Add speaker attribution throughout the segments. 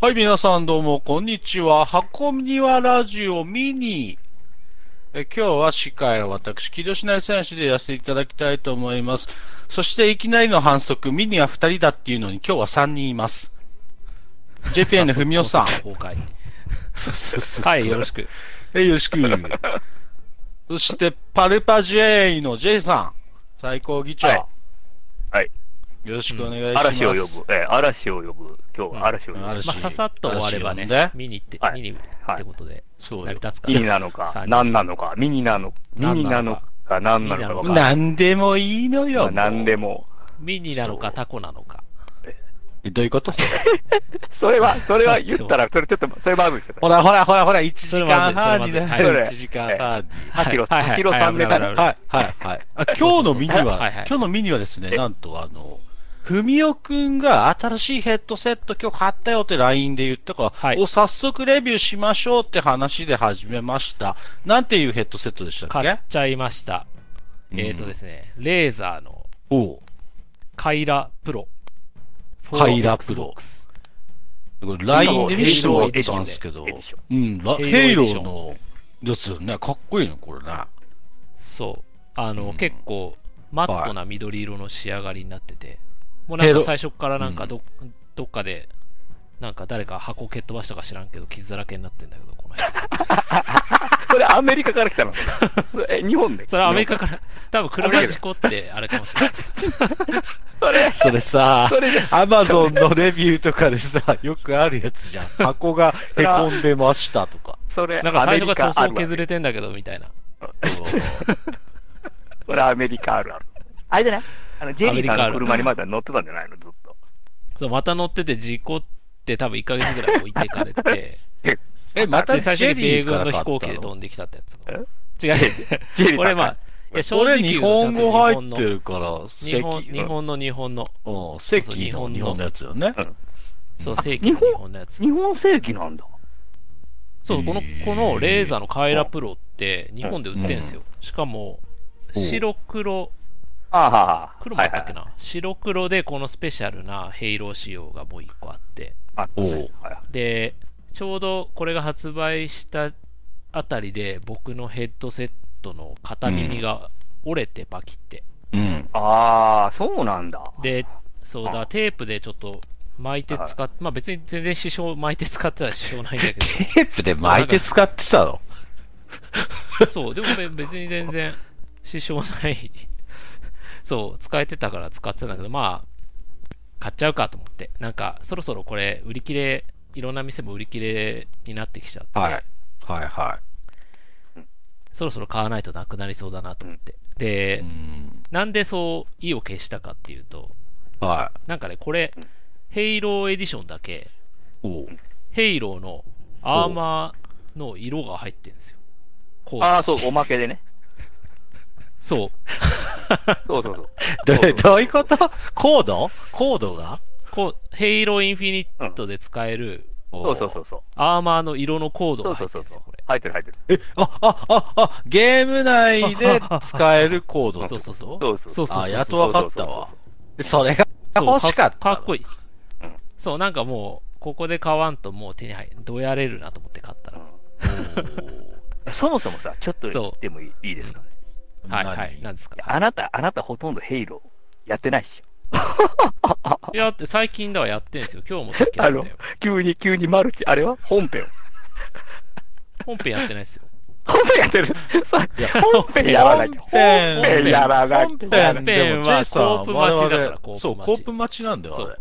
Speaker 1: はい、皆さんどうも、こんにちは。箱庭ラジオミニ。え今日は司会は私、木戸しなり選手でやらせていただきたいと思います。そして、いきなりの反則、ミニは2人だっていうのに、今日は3人います。JPN の文雄さん、崩壊。はい、よろしく。え、よろし く。そして、パルパ J の J さん、最高議長。
Speaker 2: はいはい
Speaker 1: よろしくお願いします。
Speaker 2: 嵐を呼ぶ、えー嵐を呼ぶ、今日は嵐を呼ぶ、
Speaker 1: 嵐
Speaker 3: まあ、ささっと終われば
Speaker 1: 嵐呼ん
Speaker 3: ね
Speaker 1: で、
Speaker 3: 見に行って、
Speaker 2: はい
Speaker 3: 見にってことで、
Speaker 1: そう
Speaker 3: 成り
Speaker 1: よ
Speaker 3: 立つか
Speaker 2: 意味
Speaker 3: ら。
Speaker 2: なの
Speaker 3: さ
Speaker 2: か
Speaker 3: あ、
Speaker 2: 何なのか、ミニなの、ミニなのか、何なのかわかんない
Speaker 1: 何でもいいの
Speaker 2: まあ
Speaker 1: よ。
Speaker 2: 何でも。
Speaker 3: ミニなのかタコなのか。
Speaker 1: もう。どういう ことそれ
Speaker 2: そ れは、それは言ったら、それちょっと、それまずいですよ。
Speaker 1: ほらほらほらほら、1時
Speaker 3: それ
Speaker 1: 間
Speaker 3: まずいそれ
Speaker 1: 半
Speaker 3: ま
Speaker 1: に
Speaker 3: ずい
Speaker 1: な
Speaker 2: はい
Speaker 1: る。1時間半
Speaker 2: はちろ、
Speaker 3: はいはい
Speaker 2: はちろ
Speaker 3: はい
Speaker 2: さんで
Speaker 3: 危ない危ない
Speaker 2: な
Speaker 1: に。はい、はい、はい。あ今日のミニは、
Speaker 3: はいはい
Speaker 1: 今日のミニはですね、なんとあの、ふみおくんが新しいヘッドセット今日買ったよって LINE で言ったから、
Speaker 3: はい
Speaker 1: お早速レビューしましょうって話で始めました。なんていうヘッドセットでしたっ
Speaker 3: 買っ
Speaker 1: け
Speaker 3: ちゃいました。
Speaker 1: うん
Speaker 3: えっとですね、レーザーの
Speaker 1: おう
Speaker 3: カイラプロ。
Speaker 1: カイラプロ
Speaker 3: 4XBOX
Speaker 1: これ LINE で見せてもらったんですけど
Speaker 2: ヘイローエディショ、
Speaker 1: うん、ラヘ
Speaker 3: ヘ
Speaker 1: イ
Speaker 3: イ
Speaker 1: ロ
Speaker 3: ローエディション
Speaker 1: ーのやつよね、かっこいいね、これね。
Speaker 3: そう。あ
Speaker 1: う
Speaker 3: の、
Speaker 1: ん
Speaker 3: 結構、マットな緑色の仕上がりになってて、もうな
Speaker 1: ヘ
Speaker 3: ん
Speaker 1: ロ
Speaker 3: か最初からなんかど、どっかで、なんか誰か箱蹴っ飛ばしたか知らんけど、傷だらけになってんだけど、この辺。
Speaker 2: それアメリカから来たのえ、日本で
Speaker 3: それはアメリカから、多分車事故ってあれかもしれない。
Speaker 2: それ、
Speaker 1: それさ
Speaker 2: それじゃ、
Speaker 1: アマゾンのレビューとかでさ、よくあるやつじゃん。箱がへこんでましたとか。
Speaker 2: それ、
Speaker 3: なんか
Speaker 2: ア
Speaker 3: 最
Speaker 2: メ
Speaker 3: 初
Speaker 2: リ
Speaker 3: から塗
Speaker 2: カあ
Speaker 3: 装
Speaker 2: るあ
Speaker 3: 削
Speaker 2: る。
Speaker 3: れてんだけど、みたいな。
Speaker 2: それアメリカあるある。あれじゃないあの、ジェリーさんの車にまだ乗ってたんじゃないのずっと。
Speaker 3: そう、また乗ってて事故って多分1ヶ月ぐらい置いてかれて、
Speaker 1: え、また
Speaker 3: で、
Speaker 1: ジ
Speaker 3: 最初
Speaker 1: ェ
Speaker 3: に
Speaker 1: リー
Speaker 3: 米
Speaker 1: か
Speaker 3: 軍
Speaker 1: ら
Speaker 3: の
Speaker 1: 買
Speaker 3: 飛行機で
Speaker 1: った
Speaker 3: 飛
Speaker 1: の
Speaker 3: んできたってやつ。違う。
Speaker 2: ジェリーさん。
Speaker 3: これまあ、いや正
Speaker 1: これ
Speaker 3: 直
Speaker 1: 日
Speaker 3: 言うとちゃ
Speaker 1: 本
Speaker 3: ん
Speaker 1: 語入っ
Speaker 3: と日本の
Speaker 1: て、るから、
Speaker 3: 日本
Speaker 1: 席、
Speaker 3: 日本の日本の、
Speaker 1: うん、席
Speaker 3: そうそう日
Speaker 1: の
Speaker 3: 本の
Speaker 1: 日本のやつよね。
Speaker 3: そう、正規の
Speaker 2: 日本
Speaker 3: 日本のやつ。
Speaker 2: 日本正規なんだ。
Speaker 3: そう、この、このレーザーのカイラプロって日本で売ってんすよ。しかも、白黒、
Speaker 2: ああ、
Speaker 3: 黒もあったっけな白黒でこのスペシャルなヘイロー仕様がもう一個あって。
Speaker 2: あ
Speaker 1: おう
Speaker 2: はい
Speaker 3: で、ちょうどこれが発売したあたりで、僕のヘッドセットの片耳が折れてパキって。
Speaker 1: うん。
Speaker 2: ああ、そうなんだ。
Speaker 3: で、そうだ、テープでちょっと巻いて使って、まあ別に全然支障、巻いて使ってたら支障ないんだけ
Speaker 1: テープで巻いて使ってたの
Speaker 3: ど、そう、でもべ別に全然支障ない。 そう、使えてたから使ってたんだけど、まあ、買っちゃうかと思って。なんか、そろそろこれ、売り切れ、いろんな店も売り切れになってきちゃって、
Speaker 1: はい。はいは
Speaker 3: そろそろ買わないとなくなりそうだなと思って。
Speaker 1: い。
Speaker 3: で
Speaker 1: う、ん。
Speaker 3: なんでそう、意を消したかっていうと、
Speaker 1: は
Speaker 3: なんかね、これ、ヘイローエディションだけ、
Speaker 1: い。おう
Speaker 3: ヘイローのアーマーの色が入ってるんですよ。こう。
Speaker 2: ああ、そう、おまけでね。
Speaker 3: そう。
Speaker 2: そうそうそう。
Speaker 1: ど
Speaker 2: そうそう
Speaker 1: どういうことコードコードが
Speaker 3: こう、ヘイローインフィニットで使える
Speaker 1: そ
Speaker 2: そうそうそうそう。
Speaker 3: アーマーの色のコード
Speaker 2: そ
Speaker 3: が
Speaker 2: う
Speaker 3: 入って
Speaker 2: そうそ
Speaker 3: るん
Speaker 2: う
Speaker 3: です
Speaker 2: そう
Speaker 3: よ、これ。。
Speaker 2: 入ってる入ってる。
Speaker 1: え、あ、あ、あ、あ、ゲーム内で使えるコード
Speaker 3: そうそうそう。
Speaker 2: そうそう
Speaker 3: そうそうそう
Speaker 1: あ、やっとわかったわ。それが
Speaker 3: そう
Speaker 1: 欲しかった。
Speaker 3: かっこいい
Speaker 2: うん。
Speaker 3: そう、なんかもう、ここで買わんともう手に入る。どやれるなと思って買ったら。
Speaker 2: そもそもさ、ちょっと言
Speaker 3: そう
Speaker 2: ってもいいいいですかね。
Speaker 3: はい
Speaker 1: 何
Speaker 3: はい。なんですか。
Speaker 2: あなた、あなたほとんどヘイローやってないっしょ。
Speaker 3: いや、最近ではやってんですよ。今日もさっきや
Speaker 2: あ
Speaker 3: ったよ
Speaker 2: の。、急に急にマルチ、あれは本編を。
Speaker 3: 本編やってないですよ。
Speaker 2: 本編やってる。本編やらないと。
Speaker 1: 本編
Speaker 2: 本編やらないと。
Speaker 1: 本
Speaker 2: やらな
Speaker 1: 編
Speaker 2: い
Speaker 1: でも
Speaker 3: 本編は
Speaker 1: J さん
Speaker 3: コープ待ちだから
Speaker 1: 我々
Speaker 3: コープ待ち
Speaker 1: そう、コープ待ちなんだよ、
Speaker 3: そ
Speaker 1: あ
Speaker 3: う
Speaker 1: れ。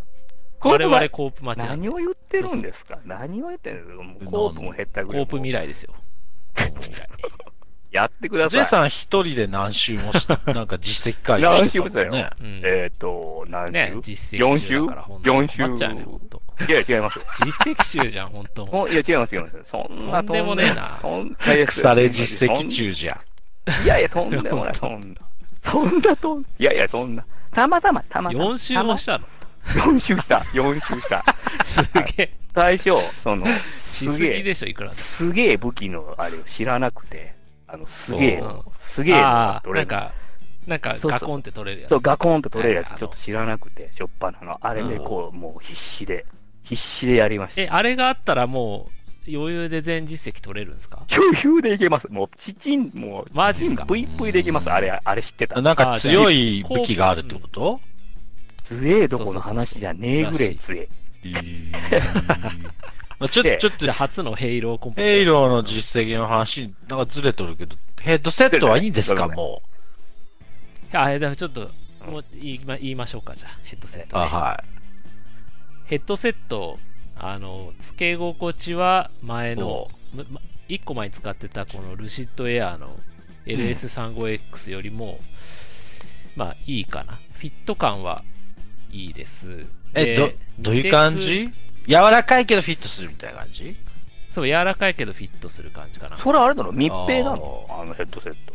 Speaker 2: コー
Speaker 3: 我
Speaker 2: プは
Speaker 3: 々コープ待ちなんで
Speaker 2: 何を言ってるんですか何を言ってるんですかもうコープも減ったぐ
Speaker 3: コ
Speaker 2: らい。
Speaker 3: ープ未来ですよ。コープ未来。
Speaker 2: やってください。
Speaker 1: J さん一人で何周もした、なんか実績会議
Speaker 2: 何
Speaker 1: して
Speaker 2: 週
Speaker 1: た
Speaker 2: も
Speaker 1: もん
Speaker 2: だよ。
Speaker 1: ね。
Speaker 3: うん
Speaker 2: えっと、何週
Speaker 3: ね、実績
Speaker 2: ?4
Speaker 3: 集
Speaker 2: 週
Speaker 3: だからほんと
Speaker 2: ?4 週
Speaker 3: 困っちゃうよね、ほんと。
Speaker 2: いや、違います。
Speaker 3: 実績集じゃん、ほんと。
Speaker 2: おいや、違います、違います。そん
Speaker 3: と
Speaker 2: な
Speaker 3: んでもねえな
Speaker 2: とんでもないです
Speaker 1: 腐れ実績。中じゃん。
Speaker 2: そんいやいや、とんでもない。そんな。そんなとん、いやいや、そんな。たまたま、たまたま。
Speaker 3: 4週もしたの。
Speaker 2: たま。4周した。4周した。
Speaker 3: すげえ。
Speaker 2: 最初、その、
Speaker 3: し
Speaker 2: す
Speaker 3: すぎ
Speaker 2: げえ、
Speaker 3: でしょ、いくらでも。
Speaker 2: すげえ武器のあれを知らなくて、あの、すげえの
Speaker 3: う、
Speaker 2: すげえの
Speaker 3: あ
Speaker 2: が
Speaker 3: あ、
Speaker 2: 取れ
Speaker 3: なん
Speaker 2: る。
Speaker 3: か、なんか
Speaker 2: そう
Speaker 3: ガコンって取れるやつ。
Speaker 2: そう、ガコンと取れるや
Speaker 3: はい
Speaker 2: つ、
Speaker 3: あ
Speaker 2: ち
Speaker 3: の
Speaker 2: ょっと知らなくて、しょっぱなの。あれでこう、もう必死で、必必死でやりました。
Speaker 3: え、あれがあったらもう、余裕で全実績取れるんですか
Speaker 2: ヒューヒューでいけます。もう、チチン、もう、
Speaker 3: マジっすか
Speaker 2: プイプイでいけます。あれ、あれ知ってた。
Speaker 1: なんか強い武器があるってこと
Speaker 2: 強えどこの話じゃねえぐらい強え。
Speaker 1: えーまあちょっと、ちょっ
Speaker 3: じゃあ
Speaker 1: と、
Speaker 3: 初のヘイローコンプ
Speaker 1: ヘイローの実績の話、なんかずれとるけど、ヘッドセットはいいんですか、
Speaker 2: ずれてない
Speaker 1: もう。
Speaker 3: あ、えでもちょっと、もう言いま言いましょうか、じゃあ、ヘッドセット、ね
Speaker 1: あ、は
Speaker 3: ヘッドセット、あの、付け心地は前の、むま一個前に使ってたこのルシッドエアーの LS35X よりも、まあいいかな。フィット感はいいです。
Speaker 1: い。え、
Speaker 3: で
Speaker 1: ど、どういう感
Speaker 3: 似て
Speaker 1: じ柔らかいけどフィットするみたいな感じ
Speaker 3: くそう、柔らかいけどフィットする感じかな。
Speaker 2: それあれだろ密閉なのあのヘッドセット。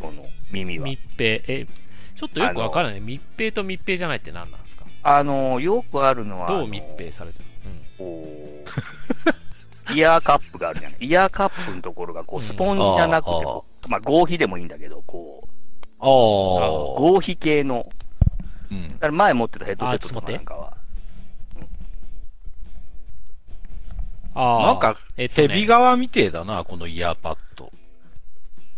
Speaker 2: この耳は。
Speaker 3: 密閉。え、ちょっとよくわからない。密閉と密閉じゃないって何なんですか
Speaker 2: あの、よくあるのは、
Speaker 3: ど
Speaker 2: あ
Speaker 3: う
Speaker 2: の
Speaker 3: 密閉されてるの、うん
Speaker 2: こうイヤーカップがあるじ ゃない。イヤーカップのところが、こう、スポンジじゃなくて
Speaker 1: うんあー
Speaker 2: こう、まあ、合皮でもいいんだけど、こう、
Speaker 1: ああ。
Speaker 2: 合皮系の、
Speaker 1: うん
Speaker 2: だ。から前持ってたヘッドセットとかなんかは、
Speaker 3: あー
Speaker 1: なんか、
Speaker 3: え
Speaker 1: ヘ
Speaker 3: っとね
Speaker 1: ビ側みてえだな、このイヤーパッド。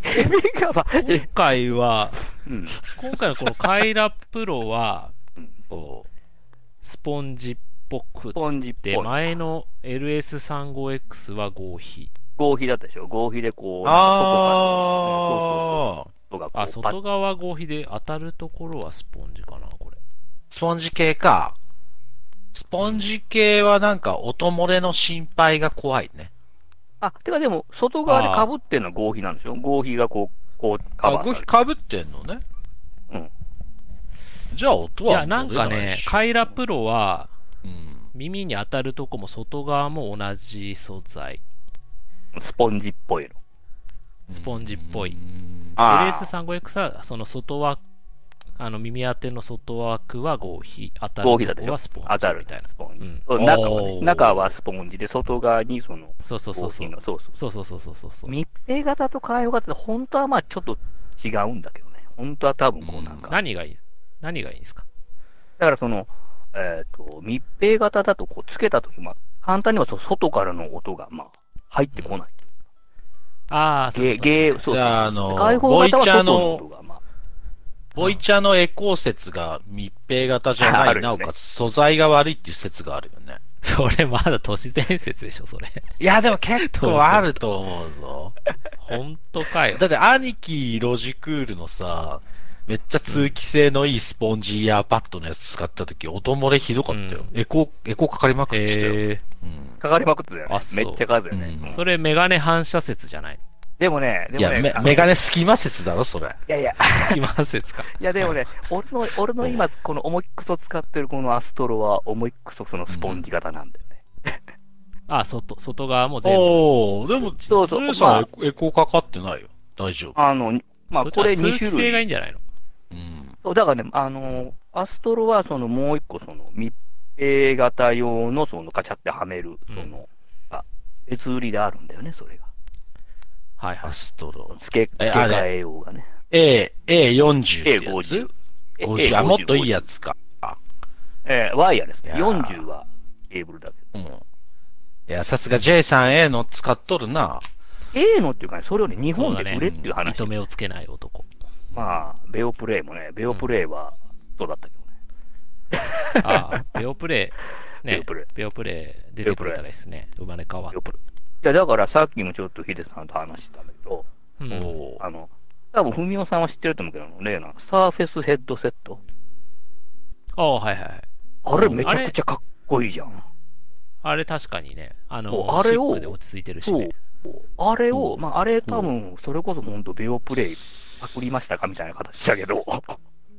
Speaker 2: ヘビがば、
Speaker 3: 今回は、
Speaker 2: うん。
Speaker 3: 今回のこのカイラプロは、
Speaker 1: お
Speaker 3: スポンジっぽく
Speaker 2: スポンジっぽ
Speaker 3: て、
Speaker 2: い。
Speaker 3: 前の LS35X は合皮。
Speaker 2: 合皮だったでしょ合皮でこう、
Speaker 1: ああ。
Speaker 2: 外がこ
Speaker 3: あ、
Speaker 2: う、パッ
Speaker 3: 外側合皮で当たるところはスポンジかな、これ。
Speaker 1: スポンジ系か。スポンジ系はなんか音漏れの心配が怖いね。
Speaker 2: あ、てかでも、外側で被ってるのは合皮なんでしょ合皮がこう、こう、カ
Speaker 1: あ、
Speaker 2: バ
Speaker 1: ゴ
Speaker 2: ーさ
Speaker 1: キ
Speaker 2: れ
Speaker 1: かぶってんのね。
Speaker 2: うん。
Speaker 1: じゃあ音
Speaker 3: い
Speaker 1: は
Speaker 3: や、なんか
Speaker 1: 漏れい
Speaker 3: ね
Speaker 1: し、
Speaker 3: カイラプロは
Speaker 1: うん。
Speaker 3: 耳に当たるとこも外側も同じ素材。
Speaker 2: るスポンジっぽいの。
Speaker 3: スポンジっぽい。
Speaker 2: ああ、
Speaker 3: LS35X は、その外枠、あの耳当ての外枠は合皮、当たる
Speaker 2: 合皮だっ
Speaker 3: と
Speaker 2: た
Speaker 3: こは
Speaker 2: でしょ
Speaker 3: スポンジ
Speaker 2: 当たる
Speaker 3: みたいな
Speaker 2: ス。ポンジ
Speaker 3: うん。
Speaker 2: そう中はね
Speaker 1: おー
Speaker 2: 中はスポンジで、外側にその、
Speaker 3: そうそうそうそ
Speaker 2: 合皮
Speaker 3: う
Speaker 2: の。そうそう。
Speaker 3: そうそうそうそうそうそう。
Speaker 2: 密閉型と開放型って、本当はまあちょっと違うんだけどね。本当は多分こうなんか、だ
Speaker 3: 何がいい何がいいんですか
Speaker 2: からその、えっ、と、密閉型だとこうつけたとき、まあ、簡単にはそう外からの音が、まあ、入ってこない。
Speaker 3: ああ、そうい
Speaker 2: ゲ
Speaker 3: う
Speaker 2: ー、
Speaker 3: こと
Speaker 2: ゲー、そうそう。
Speaker 1: じゃああの
Speaker 2: 開放型は外の音が、まあ、
Speaker 1: ボイチャのエコー説が密閉型じゃ
Speaker 2: ああ
Speaker 1: ない、
Speaker 2: るよ
Speaker 1: な
Speaker 2: ね
Speaker 1: おかつ素材が悪いっていう説があるよね。
Speaker 3: それまだ都市伝説でしょ、そ れ。
Speaker 1: いや、でも結構あると思うぞ。
Speaker 3: 本当か よ。
Speaker 1: だって兄貴ロジクールのさ、めっちゃ通気性のいいスポンジイヤーパッドのやつ使った時、音漏れひどかったよ。エコー、エコーかかりまくってたよ。
Speaker 3: え
Speaker 1: うん
Speaker 2: かかりまくってたよね
Speaker 3: あ。そう
Speaker 2: めっちゃかかってたよね。
Speaker 1: うん
Speaker 2: うん
Speaker 3: ー、それメガネ反射説じゃない。
Speaker 2: でもね、
Speaker 1: い
Speaker 2: でも
Speaker 1: や、
Speaker 2: ね
Speaker 1: め、
Speaker 2: あの
Speaker 1: メガネ隙間説だろ、それ。
Speaker 2: いやいや、
Speaker 3: 隙間説 か。
Speaker 2: いやでもね、俺の、俺の今、この思いっくそ使ってるこのアストロは、思いっくそそのスポンジ型なんだよね。
Speaker 3: あ、外、外側も全部。
Speaker 1: おおでも、
Speaker 2: そうそう
Speaker 1: トレーさん
Speaker 2: まあ
Speaker 1: エコエコーかかってないよ。大丈夫。
Speaker 2: あの、まあ、
Speaker 3: そっち
Speaker 2: これ
Speaker 3: は通
Speaker 2: 2
Speaker 3: 気
Speaker 2: 種
Speaker 3: 性がい
Speaker 2: 類。
Speaker 3: いんじゃないの
Speaker 1: うん。
Speaker 2: そうだからね、あの、アストロは、そのもう一個、その密閉型用の、そのカチャってはめる、そ
Speaker 3: う
Speaker 2: の、
Speaker 3: ん
Speaker 2: あ、別売りであるんだよね、それが。
Speaker 3: はいは
Speaker 1: ア
Speaker 3: い。
Speaker 1: ストロ。
Speaker 2: 付け、付
Speaker 1: え
Speaker 2: け
Speaker 1: あれ
Speaker 2: 替えようがね。
Speaker 1: A、A40 ってやつ
Speaker 2: A50。
Speaker 1: 50。あ、もっといいやつか。あ
Speaker 2: えーワイヤレス。
Speaker 1: いやー
Speaker 2: 40はケーブルだけ
Speaker 1: うん。いや、さすが J さん A の使っとるな。
Speaker 2: ど。A のっていうかね、それをね、日本で売れっていう話。
Speaker 3: 認めをつけない男。
Speaker 2: まあ、ベオプレイもね、ベオプレイは、そうだったけどね。
Speaker 3: ああ、ベオプレイ、ね
Speaker 2: ベオプレイ、
Speaker 3: ベオプレイ出てくれたらいいですね。生まれ変わっ
Speaker 2: ベオプレイ。いや、だからさっきもちょっとヒデさんと話したんだけど、
Speaker 3: う
Speaker 1: お
Speaker 3: ん。
Speaker 1: お
Speaker 2: あの、多分、ふみおさんは知ってると思うけど、例の、サーフェスヘッドセット。
Speaker 3: ああ、はいはい。
Speaker 2: あれめちゃくちゃかっこいいじゃん。
Speaker 3: あれ確かにね、あの、
Speaker 2: そうあれを
Speaker 3: シックで落ち着いてるし
Speaker 2: そ
Speaker 3: ね
Speaker 2: う。。あれを、まあ、あれ多分、それこそ本当ベオプレイ、パクりましたかみたいな形だけど、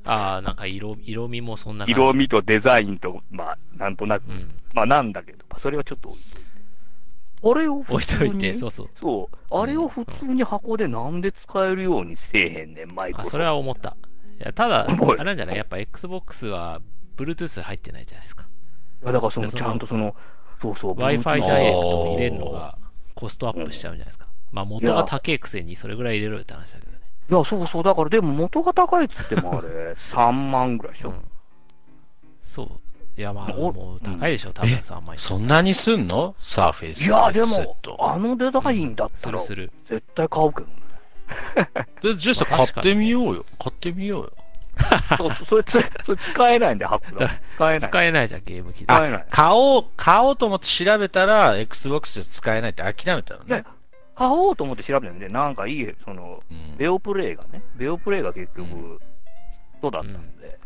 Speaker 3: ああ、なんか色、色味もそんな感じ。
Speaker 2: 色味とデザインと、まあ、なんとなく、
Speaker 3: うん。
Speaker 2: まあ、なんだけど、まあそれはちょっと置いといて。あれを
Speaker 3: 置
Speaker 2: 普
Speaker 3: いと
Speaker 2: 通に
Speaker 3: いて、そうそう。
Speaker 2: そう。あれを普通に箱でなんで使えるようにせえへんねん、マイク
Speaker 3: あ、それは思った。いや、ただ、
Speaker 2: おい
Speaker 3: あれなんじゃないやっぱ Xbox は Bluetooth 入ってないじゃないですか。
Speaker 2: いやだからその、
Speaker 3: そ
Speaker 2: ち
Speaker 3: の
Speaker 2: ゃんとその、そうそう、
Speaker 3: Wi-Fi
Speaker 2: ブルートゥース
Speaker 3: ダイレクトに入れるのがコストアップしちゃうんじゃないですか。まあ元が高えくせにそれぐらい入れろよって話だけどね。
Speaker 2: いや、そうそう、だからでも元が高いっつってもあれ、3万ぐらいでし
Speaker 3: う
Speaker 2: ょ。
Speaker 3: ん。そう。いや、まあ、
Speaker 2: お
Speaker 3: もう高いでしょ、多分3万円。
Speaker 1: そんなにすんのサーフェイス。
Speaker 2: いや、で
Speaker 1: ヘッドセッ
Speaker 2: も、
Speaker 1: ト
Speaker 2: あのデザインだった
Speaker 3: す
Speaker 2: ら
Speaker 3: る、する。
Speaker 2: 絶対買うけどね。
Speaker 1: で、ジュース
Speaker 3: まあ
Speaker 1: 買っ
Speaker 3: 確かに
Speaker 1: てみようよ。買ってみようよ。
Speaker 2: そう それつ、それ使えないんで、箱が
Speaker 3: だ。
Speaker 2: 使えない。
Speaker 3: 使えないじゃん、ゲーム機で。
Speaker 2: 使えない。
Speaker 1: 買おう、買おうと思って調べたら、Xbox で使えないって諦めたのね
Speaker 2: ね。買おうと思って調べたんで、なんかいい、その、
Speaker 1: うん
Speaker 2: ベオプレイがね、ベオプレイが結
Speaker 1: う
Speaker 2: 局、そうだったんで、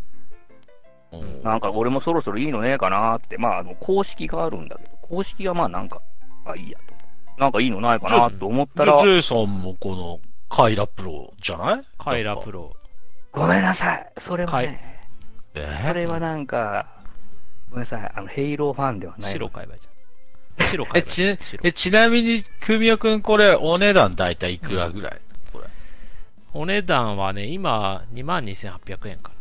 Speaker 1: うん
Speaker 2: なんか俺もそろそろいいのねえかなって、まあ、あの、公式があるんだけど、公式がまあなんか、まあいいやと。なんかいいのないかなと思った
Speaker 1: じゃ
Speaker 2: ら
Speaker 1: あ、ジ、ェイさんもこの、カイラプロじゃない
Speaker 3: カイラプ
Speaker 1: ロ。
Speaker 3: ロ。
Speaker 2: ごめんなさい。それはね、
Speaker 1: え
Speaker 2: それはなんか、ごめんなさい。あの、ヘイローファンではない。
Speaker 3: 白買えばいいじゃん。白買
Speaker 1: え、
Speaker 3: えばいいじゃん
Speaker 1: ち、
Speaker 3: 白
Speaker 1: え、ちなみに、久美代くん、これ、お値段大体いくらぐらい、これ。
Speaker 3: お値段はね、今、22,800円か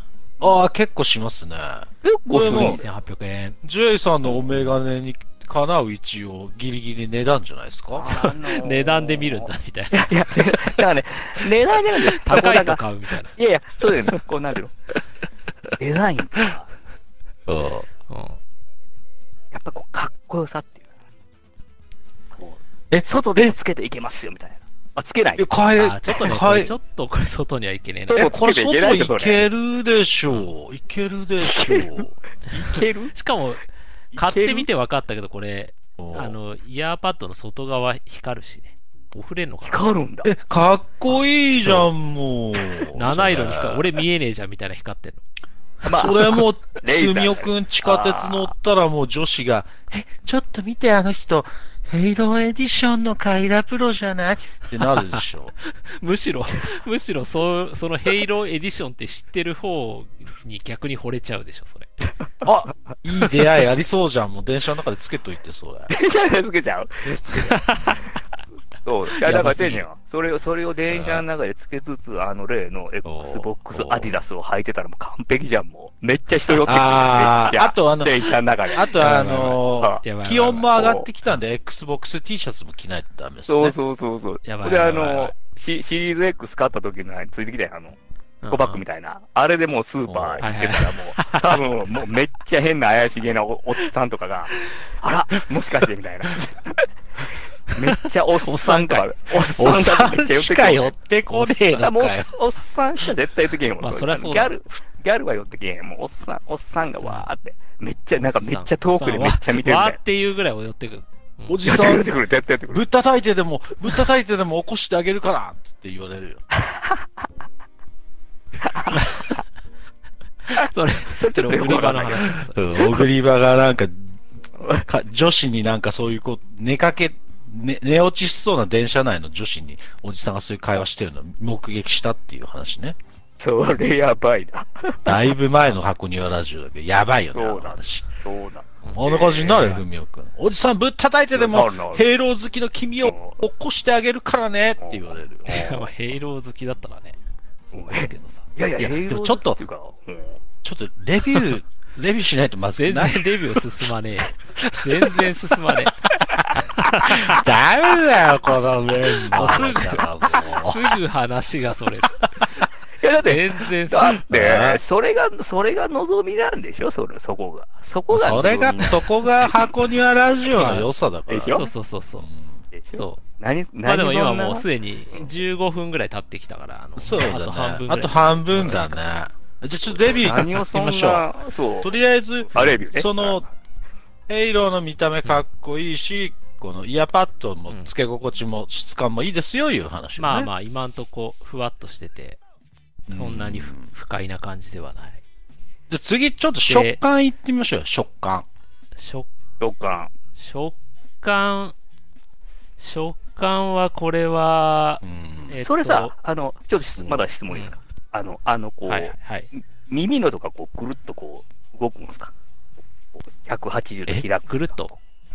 Speaker 1: ああ、結構しますね。
Speaker 2: 結構
Speaker 1: こ
Speaker 2: す
Speaker 1: れ
Speaker 2: る
Speaker 3: な。
Speaker 1: も
Speaker 2: ん
Speaker 1: う
Speaker 2: ですよ。
Speaker 3: 22,800円。
Speaker 1: ジュエイさんのお眼鏡にかなう一応、ギリギリ値段じゃないですか
Speaker 2: あのー
Speaker 3: 値段で見るんだ。、みたいな。
Speaker 2: いや、だからね、値段じゃなくて、
Speaker 3: 高い
Speaker 2: こ
Speaker 3: と
Speaker 2: うなんか
Speaker 3: 買うみたいな。
Speaker 2: いやいや、そうだよね。こうなるよ。デザインとか、や
Speaker 1: うん。
Speaker 3: うん。
Speaker 2: っぱこう、かっこよさっていう。こう
Speaker 1: え
Speaker 2: 外でつけていけますよ、みたいな。あ、つけない
Speaker 1: え、。買え
Speaker 3: あ、ちょっとね、こ
Speaker 1: 買
Speaker 3: れ
Speaker 1: え
Speaker 3: ちょっとこれ外にはいけねえ
Speaker 2: ちょ
Speaker 3: な。
Speaker 1: え、
Speaker 2: っと
Speaker 1: これ
Speaker 2: つけていけな
Speaker 1: 外
Speaker 2: いけど
Speaker 1: い
Speaker 2: ね
Speaker 1: けるでしょう。いけるでしょ
Speaker 2: いける
Speaker 3: しかも、買ってみて分かったけど、これ、
Speaker 1: う。
Speaker 3: あ、の、イヤーパッドの外側光るしね。オフれんのかな
Speaker 2: 光るんだ。
Speaker 1: え、かっこいいじゃん、もう。
Speaker 3: 七色に光る。
Speaker 1: 俺、
Speaker 3: 俺見えねえじゃんみたいな光ってんの。
Speaker 2: ま
Speaker 1: それもう、
Speaker 2: レイザー
Speaker 1: つみおくん地下鉄乗ったらもう女子が、え、ちょっと見てあの人、ヘイローエディションのカイラプロじゃないってなるでし ょ。
Speaker 3: むしろ、むしろそう、そのヘイローエディションって知ってる方に逆に惚れちゃうでしょ、それ。
Speaker 1: あ、いい出会いありそうじゃん。もう電車の中でつけといて、それ。
Speaker 2: いやいやつけちゃう。 そう。いや、だからせんねんわそれを、それを電車の中でつけつつ、あの例の Xbox
Speaker 1: おー
Speaker 2: アディダスを履いてたらもう完璧じゃん、もう。めっちゃ人寄ってくるね。
Speaker 1: あ
Speaker 2: めっち
Speaker 1: ー、
Speaker 2: ゃ
Speaker 1: あとあの、
Speaker 2: 電車の中で。
Speaker 1: あとあの
Speaker 2: あ
Speaker 3: やばいやばいやばい
Speaker 1: 気温も上がってきたんで、Xbox T シャツも着ないとダメです
Speaker 2: そう
Speaker 1: ね。
Speaker 2: そうそうそう。
Speaker 3: やばい
Speaker 2: で、
Speaker 3: やば
Speaker 2: あ
Speaker 3: いやばい
Speaker 2: の、シシリーズ X 買った時のあれついてきたよ、あの、
Speaker 3: うん
Speaker 2: コバックみたいな。あれでもうスーパー行ってたらもう、多分もうめっちゃ変な怪しげなおおっさんとかが、あら、もしかしてみたいな。めっちゃおっさんとか、
Speaker 1: おっさ
Speaker 2: めっ
Speaker 1: ん
Speaker 2: ちゃ寄っ
Speaker 1: して
Speaker 2: く
Speaker 1: か
Speaker 2: る
Speaker 1: 寄ってこねえ
Speaker 2: だから
Speaker 1: の
Speaker 2: もう
Speaker 1: かよ。
Speaker 2: おっさんしか絶対寄ってけえへんもん。
Speaker 3: まあそりゃそう
Speaker 2: ギ
Speaker 3: だ
Speaker 2: ャル、ギャルは寄ってけえへん。もうおっさん、おっさんがわーって、めっちゃ、なんかめっちゃ遠くでめっちゃ見てる
Speaker 3: わ
Speaker 2: ね
Speaker 3: ーっていうぐらいを寄ってくる。
Speaker 1: おじ
Speaker 2: 寄っ
Speaker 1: さ
Speaker 2: て
Speaker 1: ん
Speaker 2: く、る、絶対寄ってくる。
Speaker 1: ぶったたいてでも、ぶったたいてでも起こしてあげるからって言われるよ。
Speaker 3: それ、
Speaker 2: ち
Speaker 3: そ
Speaker 2: ょ
Speaker 3: れ
Speaker 2: っと
Speaker 3: 送
Speaker 2: よ
Speaker 3: り
Speaker 2: く
Speaker 3: 場
Speaker 2: わかん
Speaker 3: の
Speaker 2: ないけど
Speaker 3: 話なんですよ
Speaker 1: うん、オグリバがなんか、か女子になんかそういうこう、寝かけ、ね、寝落ちしそうな電車内の女子に、おじさんがそういう会話してるのを目撃したっていう話ね。
Speaker 2: それやばいな。
Speaker 1: だいぶ前の箱庭ラジオだけど、やばいよね、あ
Speaker 2: そう
Speaker 1: の
Speaker 2: だ
Speaker 1: 話。
Speaker 2: そうだ。
Speaker 1: こんな感じになるよ、ふみおくん。おじさんぶったたいてでも
Speaker 2: なるな、る
Speaker 1: ヘイロー好きの君を起こしてあげるからねって言われるよ。
Speaker 3: いやまあヘイロー好きだったらね。そうですけどさ。
Speaker 2: いやいや、
Speaker 1: いや
Speaker 2: 映
Speaker 1: で
Speaker 2: 像
Speaker 1: もちょっと
Speaker 2: ていうかうん
Speaker 1: ちょっとレビュ ー、レビューしないとまず
Speaker 3: 全
Speaker 1: い。な
Speaker 3: 然レビュー進まねえよ。全然進まねえ。
Speaker 1: ダメだよ、このメンバーだからもう。
Speaker 3: すぐ話がそれる。
Speaker 2: いや、だって、
Speaker 3: 全然進
Speaker 2: だ
Speaker 3: まね
Speaker 2: っ
Speaker 1: ね
Speaker 2: て、それが、それが望みなんでしょそれ、そこが。そこが
Speaker 1: そ
Speaker 2: 望み
Speaker 1: れが、
Speaker 2: なん
Speaker 1: そこが箱庭ラジオの良さだから。
Speaker 2: で
Speaker 3: え。
Speaker 2: しょ
Speaker 3: そうそうそうそう。
Speaker 2: でしょ
Speaker 3: そう。
Speaker 2: 何、
Speaker 3: まあ
Speaker 2: 何
Speaker 3: でも今
Speaker 2: そんな
Speaker 3: もうすでに15分ぐらい経ってきたから、あの、
Speaker 1: そう
Speaker 3: あと
Speaker 1: だ
Speaker 3: 半
Speaker 1: ね
Speaker 3: 分。ぐ
Speaker 1: あ
Speaker 3: らい
Speaker 1: と。半分だね。じゃあちょっとレビュー
Speaker 2: 何
Speaker 1: 行
Speaker 2: を
Speaker 1: き
Speaker 2: そん
Speaker 1: ま
Speaker 2: な、
Speaker 1: しょう。
Speaker 2: そ う
Speaker 1: と。りあえず、
Speaker 2: あレビューね。
Speaker 1: その、ヘイローの見た目かっこいいし、このイヤーパッドも付け心地も質感もいいですよ、いう話、ね。
Speaker 3: まあまあ今んとこふわっとしてて、
Speaker 1: うん
Speaker 3: そんなにふ不快な感じではない。
Speaker 1: じゃあ次、ちょっと食感いってみましょうよ、食感。
Speaker 3: 食、
Speaker 2: 食感。
Speaker 3: 食感、食感はこれは
Speaker 1: う、ん。
Speaker 3: えっと
Speaker 2: それさ、あの、ちょっと質まだ質問いいですかあの、あの、こ、
Speaker 3: はいはいうはい。
Speaker 2: 耳のとかこう、ぐるっとこう、動くんですかこう180
Speaker 3: え
Speaker 2: 度開く。
Speaker 3: ぐるっと。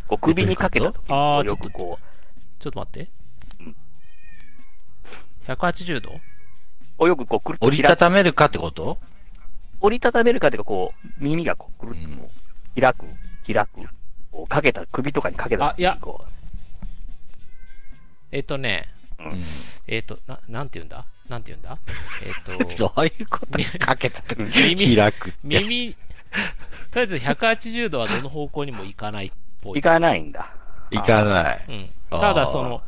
Speaker 2: こう、首にかけた時に
Speaker 3: あ
Speaker 2: こ
Speaker 3: ー
Speaker 2: う
Speaker 3: ちょ
Speaker 2: よく
Speaker 3: っと
Speaker 2: こ
Speaker 3: ちょっと待って
Speaker 2: うん。
Speaker 3: 180度
Speaker 2: う、こうよくこう、くるっと
Speaker 1: 折り
Speaker 2: 開
Speaker 1: た
Speaker 2: く。
Speaker 1: ためるかってこと
Speaker 2: 折りたためるかというか、こう、耳がこう、ぐるっとこう
Speaker 1: うん
Speaker 2: 開く、開く、こうかけた、首とかにかけた。
Speaker 3: あいや
Speaker 2: こ
Speaker 3: えっとね、
Speaker 1: うん
Speaker 3: えっと、な、なんて言うんだなんて言うん だえっと、
Speaker 1: どういうことかけたと
Speaker 2: うん
Speaker 1: き、開くって。
Speaker 3: 耳、とりあえず180度はどの方向にも行かないっぽい
Speaker 2: 行。かないんだ。
Speaker 1: 行かない。
Speaker 3: うん、
Speaker 1: あー
Speaker 3: ただ、その、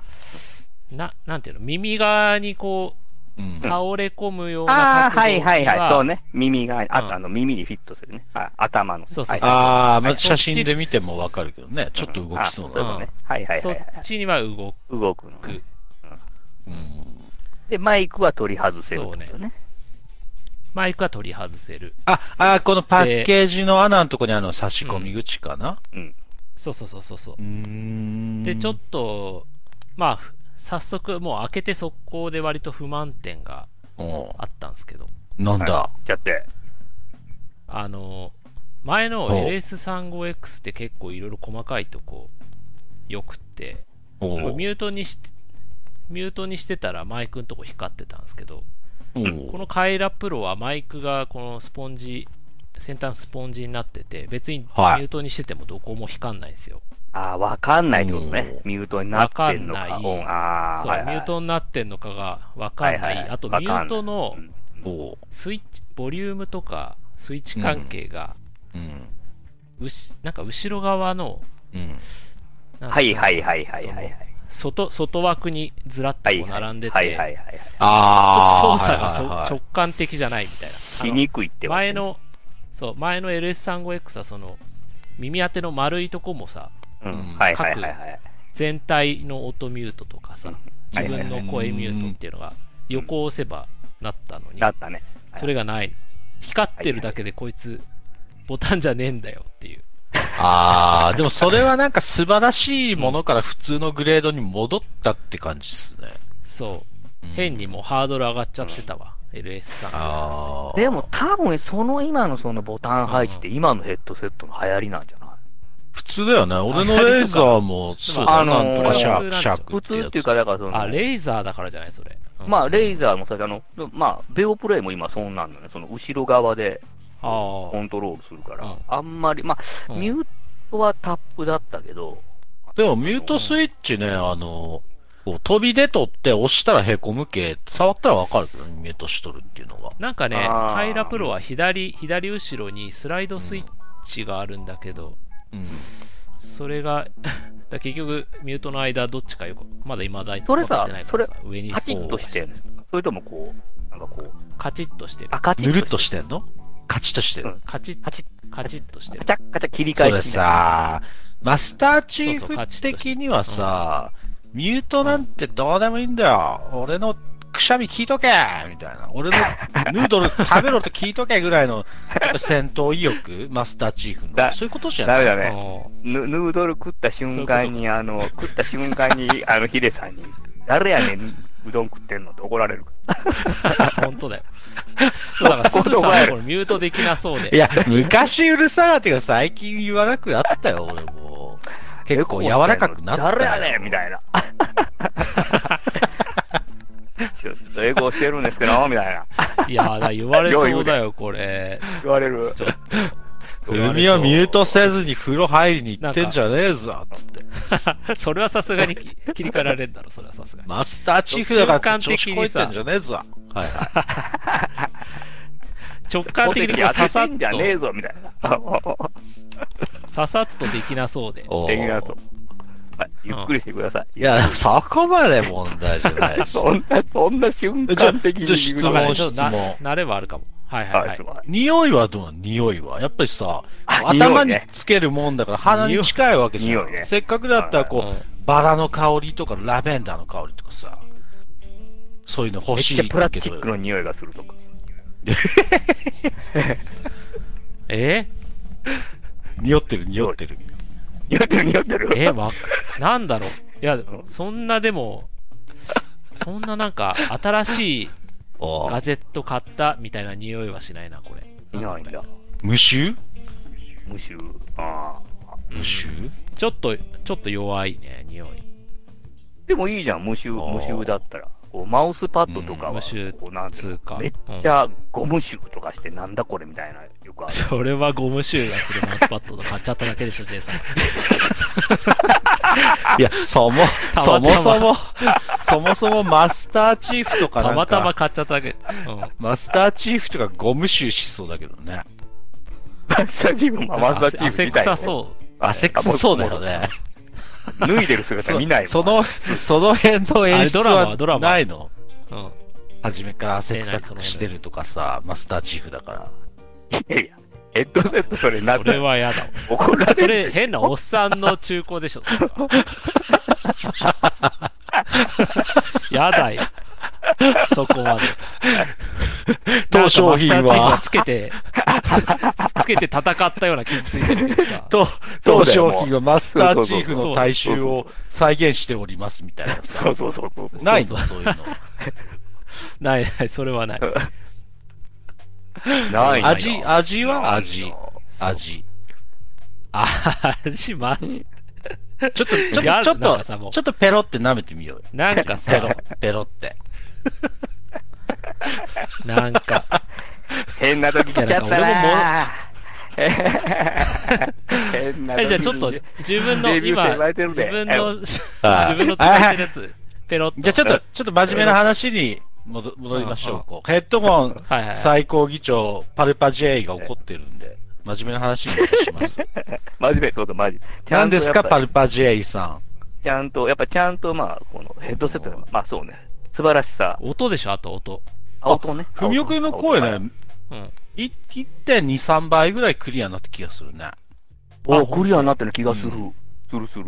Speaker 3: な、なんていうの、耳側にこ
Speaker 1: うん
Speaker 3: う、倒れ込むよう
Speaker 2: あ
Speaker 3: な
Speaker 2: あ、
Speaker 3: 角度
Speaker 2: はいはいはい。そう
Speaker 3: は
Speaker 2: ね。耳が、あ
Speaker 3: うん
Speaker 2: とあの、耳にフィットするね。あ頭の。
Speaker 3: そうそうそう
Speaker 2: はいは
Speaker 1: ああ、まあ、
Speaker 3: はい
Speaker 1: 写真で見てもわかるけどね。ちょっと動きそう
Speaker 2: い
Speaker 1: な。
Speaker 2: あそうね。はいはい
Speaker 3: そ
Speaker 2: は
Speaker 3: っ
Speaker 2: いはい。
Speaker 3: ちには動
Speaker 2: 動くのね。
Speaker 3: く。
Speaker 1: うん
Speaker 2: で、マイクは取り外せるってい
Speaker 3: そうう
Speaker 2: ね。
Speaker 3: マイクは取り外せる。
Speaker 1: あ、あこのパッケージの穴のとこにあの差し込み口かな。
Speaker 2: うん。
Speaker 3: そうそうそうそうそう。
Speaker 1: うーん
Speaker 3: で、ちょっと、まあ、ふ早速、もう開けて速攻で割と不満点が
Speaker 1: お
Speaker 3: あったんですけど、
Speaker 1: うなんだ
Speaker 2: は。い。やって。
Speaker 3: あの、前の
Speaker 1: お
Speaker 3: LS35X って結構いろいろ細かいとこ、よくって、
Speaker 1: おう
Speaker 3: ミュートにして、ミュートにしてたらマイクのとこ光ってたんですけど、
Speaker 1: お
Speaker 3: こ
Speaker 1: う
Speaker 3: のカイラプロはマイクがこのスポンジ、先端スポンジになってて、別にミ
Speaker 1: はい
Speaker 3: ュートにしててもどこも光んないんですよ。
Speaker 2: ああ、わかんないってことね。
Speaker 1: う
Speaker 2: ミュートになってんの
Speaker 3: わか
Speaker 2: か
Speaker 3: ん。ない
Speaker 2: オンああ、
Speaker 3: そう、
Speaker 2: はいは
Speaker 3: ミ
Speaker 2: い
Speaker 3: ュートになってんのかがわかんない。
Speaker 2: はいはいはい
Speaker 3: あと、ミ
Speaker 2: わかん
Speaker 3: ュ
Speaker 2: ない
Speaker 3: ートの
Speaker 2: うん
Speaker 1: おう
Speaker 3: スイッチ、ボリュームとかスイッチ関係
Speaker 1: う
Speaker 3: が、
Speaker 1: ん
Speaker 3: うしなんか後ろ側の、
Speaker 1: うん
Speaker 3: なんか
Speaker 2: はいはいはいはいはいはい。
Speaker 3: 外、外枠にずらっと
Speaker 2: は
Speaker 3: こ
Speaker 2: いう
Speaker 3: 並んでて、
Speaker 2: はいはいはいはい。
Speaker 1: あ
Speaker 3: ちょ
Speaker 1: あ。
Speaker 3: っと操作がそ、
Speaker 1: はいはいはい
Speaker 3: 直感的じゃないみたいな。あ
Speaker 2: し
Speaker 3: の
Speaker 2: にくいってことね
Speaker 3: 前。の、そう、前の LS35X はその、耳当ての丸いとこもさ、
Speaker 2: うん
Speaker 1: うん
Speaker 2: はいはいはいはい。
Speaker 3: 全体の音ミュートとかさ、
Speaker 2: はい
Speaker 3: 自分の声ミュートっていうのが横を押せばなったのに
Speaker 2: だ、ったね。
Speaker 3: それがない。光ってるだけでこいつ、ボタンじゃねえんだよっていう。
Speaker 1: ああ、でもそれはなんか素晴らしいものから普通のグレードに戻ったって感じですね。
Speaker 3: そう。変にもうハードル上がっちゃってたわ。LS さん。
Speaker 1: ああ。
Speaker 2: でも多分その今のそのボタン配置って今のヘッドセットの流行りなんじゃない
Speaker 1: 普通だよね。俺のレーザーも、そうだ
Speaker 2: あ
Speaker 1: な
Speaker 2: のー
Speaker 1: んとかシャーク、
Speaker 3: 普通
Speaker 1: シャーク
Speaker 2: 普
Speaker 1: ってや
Speaker 2: 通
Speaker 1: つ
Speaker 2: っていうか、だからその、
Speaker 3: あ、レーザーだからじゃないそれ。うん
Speaker 2: まあ、レイザーもさ、あの、まあ、ベオプレイも今そんなんだね。その後ろ側で
Speaker 3: あー
Speaker 2: コントロールする
Speaker 3: う
Speaker 2: か
Speaker 3: ん
Speaker 2: ら、あんまり、まあ、
Speaker 3: うん
Speaker 2: ミュートはタップだったけど、
Speaker 1: でもミュートスイッチね、あの、こう飛び出とって押したら凹むけ、触ったらわかるけどね、ミュートしとるっていうのが。
Speaker 3: なんかね、
Speaker 2: あー
Speaker 3: カイラプロは左、左後ろにスライドスイッチがあるんだけど、
Speaker 1: うん。
Speaker 3: それが、 だ結局、ミュートの間、どっちかよく、まだ今だい
Speaker 2: それさ
Speaker 3: わかってないからさ、上に
Speaker 2: カチッとしてんのそれともこう、なんかこう、
Speaker 3: カチッとしてる。
Speaker 2: あ、カチ
Speaker 1: ぬ
Speaker 2: ッ
Speaker 1: るっ
Speaker 2: と
Speaker 1: としてんのカチッとしてる。
Speaker 2: うん
Speaker 3: カチッ、
Speaker 2: カチ
Speaker 3: カチッとして
Speaker 2: ッ、カ
Speaker 3: る。
Speaker 2: チャッカチャ切り
Speaker 1: そう
Speaker 2: 返
Speaker 1: で
Speaker 2: し。
Speaker 1: さ、マスターチー
Speaker 3: そうそうカチ
Speaker 1: フ
Speaker 3: ッとして
Speaker 1: 的にはさ、ミュートなんてどうでもいいんだよ。俺のくしゃみ聞いとけみたいな。俺のヌードル食べろと聞いとけぐらいのやっぱ戦闘意欲マスターチーフの。
Speaker 2: だ
Speaker 1: そういうことじゃ
Speaker 2: ダ
Speaker 1: ない
Speaker 2: メだ
Speaker 3: あ
Speaker 2: ね。
Speaker 3: ー
Speaker 2: ヌヌードル食った瞬間に、あの、食った瞬間に、あの、ヒデさんに、誰やねん、うどん食ってんのって怒られる。
Speaker 3: 本当だよ。そうだからすぐ
Speaker 2: この前
Speaker 3: さ、これミュートできなそう
Speaker 1: い
Speaker 3: で。
Speaker 1: や、昔うるさかったけど最近言わなくなったよ、俺も。結構柔らかくなったよ。
Speaker 2: 誰やねんみた いな。ちょっとエゴしてるんですけど、みたいな。
Speaker 3: いやー、だから言われそうだよ、これ。
Speaker 2: 言われる。
Speaker 3: ちょっと。言われ
Speaker 1: 海
Speaker 3: そう
Speaker 1: はミュートせずに風呂入りに行ってんじゃねえぞ、つって。
Speaker 3: それはさすがにき切り替えられんだろ、それはさすがに。
Speaker 1: マスターチーフだからって調子こいてんじゃねえぞ。はいはい。
Speaker 3: 直感的にこうさ
Speaker 2: 刺
Speaker 3: さ
Speaker 2: さ
Speaker 3: っ
Speaker 2: んじゃねえ
Speaker 3: と、
Speaker 2: ぞ、みたいな。
Speaker 3: ささっとできなそうで。
Speaker 1: おー
Speaker 2: できなと。はいゆっくりしてください。
Speaker 1: いや、そこまで問題じゃないし。
Speaker 2: そんな、そんな瞬間的に
Speaker 1: じゃじゃ質
Speaker 2: 言う
Speaker 1: 問
Speaker 2: の
Speaker 3: ちょっとな
Speaker 1: 質問
Speaker 3: 慣れはあるかも。はいはい
Speaker 2: は
Speaker 3: はいい
Speaker 2: す。まん、
Speaker 1: 匂いはどうなの匂いは。やっぱりさ、
Speaker 2: あ
Speaker 1: 頭に
Speaker 2: 匂いね
Speaker 1: つけるもんだから鼻に近いわけじゃ
Speaker 2: 匂いね
Speaker 1: ん。せっかくだったらこ
Speaker 3: うん
Speaker 1: う、バラの香りとかラベンダーの香りとかさ、そういうの
Speaker 2: め
Speaker 1: 欲
Speaker 2: っ
Speaker 1: し
Speaker 2: ちゃ
Speaker 1: い
Speaker 2: プラス
Speaker 1: け
Speaker 2: チック
Speaker 1: ど
Speaker 2: の、匂いがするとか。
Speaker 3: え
Speaker 1: 匂ってる匂ってる。
Speaker 2: 匂ってる匂ってる。
Speaker 3: ー、えー、わ、なんだろう。いや、そんなでも、そんななんか、新しい
Speaker 1: おー
Speaker 3: ガジェット買ったみたいな匂いはしないな、これ。
Speaker 2: いないんだ。
Speaker 1: 無臭
Speaker 2: むしろ。ああ。
Speaker 1: 無臭
Speaker 3: ちょっと、ちょっと弱いね、匂い。
Speaker 2: でもいいじゃん、無臭、
Speaker 3: あー
Speaker 2: 無臭だったら。こうマウスパッドとかは、
Speaker 3: うん無臭
Speaker 2: こうなんていうの
Speaker 3: つうか
Speaker 2: めっちゃゴム臭とかして、なんだこれみたいな、よくあ る。
Speaker 3: それはゴム臭がするマウスパッドと買っちゃっただけでしょ、ジェイさん。
Speaker 1: いや、そも、
Speaker 3: た
Speaker 1: そ
Speaker 3: また
Speaker 1: も
Speaker 3: ま
Speaker 1: そも、そもそもマスターチーフとかな
Speaker 3: た
Speaker 1: ん
Speaker 3: ま
Speaker 1: か、
Speaker 3: たま買っちゃっただけ。うん。
Speaker 1: マスターチーフとかゴム臭しそうだけどね。
Speaker 2: マスターチーフ、まあ、マスターチーフ
Speaker 3: 汗
Speaker 2: 自体
Speaker 3: 臭
Speaker 2: う。
Speaker 3: そう。
Speaker 2: あ
Speaker 1: 汗臭そうだよね。
Speaker 2: 脱いでる姿見ないもん。
Speaker 1: その、その辺の演出
Speaker 3: あれドラマはドラ
Speaker 1: は
Speaker 3: マ
Speaker 1: ないの
Speaker 3: うん。
Speaker 1: 初めから汗臭くしてるとかさ、マスターチーフだから。
Speaker 2: いやいやエッドセットそれな
Speaker 3: それ
Speaker 2: ぜ
Speaker 3: は嫌だわ。
Speaker 2: 怒ら
Speaker 3: そ
Speaker 2: れる
Speaker 3: れ、変なおっさんの中古でしょ、それはやだよ。そこまで。
Speaker 1: 当商品は
Speaker 3: なんかマスターチーフがつけて、つけて戦ったような傷ついてるけどさ。
Speaker 1: と、当商品はマスターチーフの大衆
Speaker 2: そう
Speaker 1: を再現しておりますみたいなさ。
Speaker 2: そうそうそうそう。
Speaker 1: ない
Speaker 3: そ
Speaker 1: の
Speaker 3: う
Speaker 1: そういうの。
Speaker 3: ないない、それはない。
Speaker 2: ないな
Speaker 1: 味、味は味。
Speaker 3: そう
Speaker 1: 味。
Speaker 3: あ、味マジ。
Speaker 1: ちょっと、ちょっと、
Speaker 3: いや
Speaker 1: ちょっ
Speaker 3: なん
Speaker 1: と、
Speaker 3: かさもう
Speaker 1: ちょっとペロって舐めてみようよ。
Speaker 3: なんか
Speaker 1: ペロ
Speaker 3: さ、、
Speaker 1: ペロって。
Speaker 3: なんか、
Speaker 2: 変な時来ちゃっ
Speaker 3: い
Speaker 2: た
Speaker 3: や
Speaker 2: なぁ。変 な 時
Speaker 3: えじゃあちょっと、自分の、
Speaker 2: レビュー
Speaker 3: 今、
Speaker 2: 狭いて
Speaker 3: 自
Speaker 2: るぜ
Speaker 3: 分の、 自
Speaker 1: はい
Speaker 3: 分の使ってるやつ、ペロッと。
Speaker 1: じゃあちょっと、ちょっと真面目な話に戻戻りましょ
Speaker 3: うん
Speaker 1: う。こうヘッドホン
Speaker 3: はいはい
Speaker 1: 最高議長、パルパジェイが怒ってるんで、真面目な話に戻し ます。
Speaker 2: マジで、そうだ、マジで。ちゃ
Speaker 1: 何
Speaker 2: んと
Speaker 1: です
Speaker 2: や
Speaker 1: か、
Speaker 2: っぱ
Speaker 1: パルパジェイさん。
Speaker 2: ちゃんと、やっぱちゃんと、まあ、このヘッドセットで、まあそうね。素晴らしさ。
Speaker 3: 音でしょ、あと音。
Speaker 2: あ音ね。
Speaker 1: ふみおくんの声
Speaker 2: あ。
Speaker 1: ね、
Speaker 3: うん。
Speaker 1: い1.2、3倍ぐらいクリアになった気がするね。
Speaker 2: お、クリアになってる気がする。するする。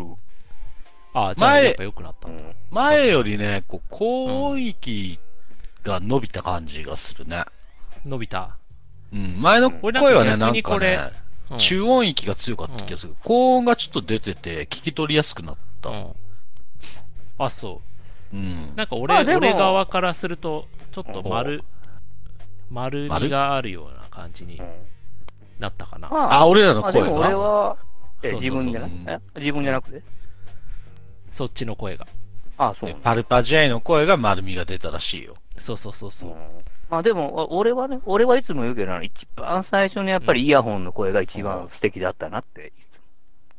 Speaker 3: あ、じゃあ
Speaker 1: 前
Speaker 3: やっぱ良くなった
Speaker 2: う。ん。
Speaker 1: 前よりね、こう、高音域が伸びた感じがするね。
Speaker 3: 伸びた。
Speaker 1: うん、前の
Speaker 3: 俺なんか
Speaker 1: 声はね、な
Speaker 3: 逆
Speaker 1: ん
Speaker 3: に
Speaker 1: か
Speaker 3: これ
Speaker 1: ね、
Speaker 3: うん
Speaker 1: 中音域が強かった気がする。高音がちょっと出てて、聞き取りやすくなった。
Speaker 3: う
Speaker 1: うん
Speaker 3: ん。あ、そう。
Speaker 1: うん
Speaker 3: なんか
Speaker 2: ま
Speaker 3: 俺、
Speaker 2: あでも
Speaker 3: 俺側からすると、ちょっと丸、丸みがあるような感じに
Speaker 2: うん
Speaker 3: なったかな。
Speaker 2: まあ、
Speaker 1: あ、俺らの
Speaker 2: まあ
Speaker 1: 声
Speaker 2: で
Speaker 1: が。
Speaker 2: も俺は、え、
Speaker 3: そうそう
Speaker 2: 自
Speaker 3: そう
Speaker 2: 分じゃないえ自分じゃなくて
Speaker 3: そっちの声が。
Speaker 2: あ、そうね。
Speaker 1: パルパジェイの声が丸みが出たらしいよ。
Speaker 3: そうそうそうそうう。
Speaker 2: んまあでも、お俺はね、俺はいつも言うけどな、一番最初にやっぱりイヤホンの声が一番素敵だったなって、いつも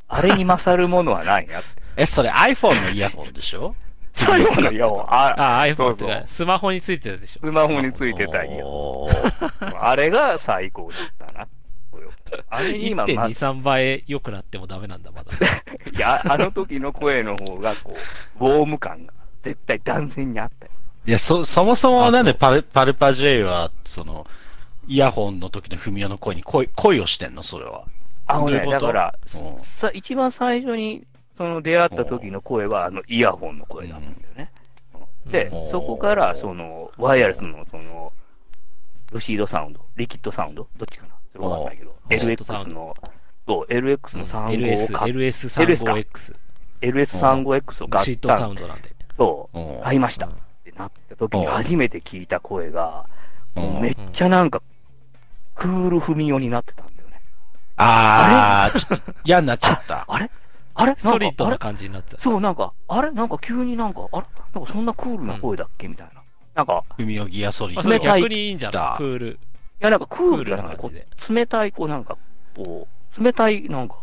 Speaker 2: あれに勝るものはないなって。
Speaker 1: え、それ iPhone のイヤホンでしょ
Speaker 2: そういうのイヤホン、あ、
Speaker 3: あ、
Speaker 2: そ
Speaker 3: iPhone
Speaker 2: う
Speaker 3: と
Speaker 2: そう
Speaker 3: か、スマホについてたでしょ。
Speaker 2: スマホについてたイヤホ
Speaker 1: おー
Speaker 2: ン。あれが最高だったな。あれに今、
Speaker 3: 1.2、
Speaker 2: ま、い
Speaker 3: 3倍良くなってもダメなんだ、まだ。
Speaker 2: や、あの時の声の方が、こう、ウォーム感が、絶対断然にあったよ。
Speaker 1: いや、そ、そもそもなん
Speaker 3: あ
Speaker 1: で
Speaker 3: そう
Speaker 1: パルパルパジェイは、その、イヤホンの時のフミヤの声に恋、恋をしてんのそれは。
Speaker 2: あ
Speaker 1: ど
Speaker 2: の
Speaker 1: うい
Speaker 2: ね、
Speaker 1: うこ
Speaker 2: だ
Speaker 1: と
Speaker 2: から、
Speaker 1: うん。
Speaker 2: さ、一番最初に、その出会った時の声は、あの、イヤホンの声だったんだよね。で
Speaker 1: うん、
Speaker 2: そこから、その、ワイヤレスの、その、ルシードサウンド、リキッドサウンドどっちかなそれわかんないけど、
Speaker 3: リキッドサウ
Speaker 2: LX
Speaker 3: ン
Speaker 2: の、そう、LX の35
Speaker 3: LS、
Speaker 2: を買っ
Speaker 3: LS35X。
Speaker 2: LS35X を
Speaker 3: シー
Speaker 2: 買っ
Speaker 3: ト
Speaker 2: た
Speaker 3: サウ
Speaker 2: ん
Speaker 3: ン
Speaker 2: で
Speaker 3: ドなんで。
Speaker 2: そ
Speaker 1: うん
Speaker 2: う、買いましたってなった時に
Speaker 1: うん
Speaker 2: 初めて聞いた声が、もうめっ
Speaker 1: あ
Speaker 2: ちゃなんか、クール不ミオになってたんだよね。
Speaker 1: あー、ちょっと嫌になっちゃった。
Speaker 2: あれあれな
Speaker 3: ソ
Speaker 2: ん
Speaker 3: リッ
Speaker 2: か、
Speaker 3: ド
Speaker 2: あ
Speaker 3: な
Speaker 2: れ
Speaker 3: 感じになってた。
Speaker 2: そう、なんか、あれなんか急になんか、あれなんかそんなクールな声だっけみたいな。なんか、
Speaker 1: フミヤギアソリ
Speaker 3: あ
Speaker 1: ッ
Speaker 3: そ
Speaker 1: ド
Speaker 3: れ
Speaker 2: 冷たい
Speaker 3: 逆にいいんじゃないクール。
Speaker 2: いや、なんかクールじゃなくて、
Speaker 3: クー
Speaker 2: こ
Speaker 3: ルな感
Speaker 2: う、冷たい、こう、なんか、こう、冷たい、なんか、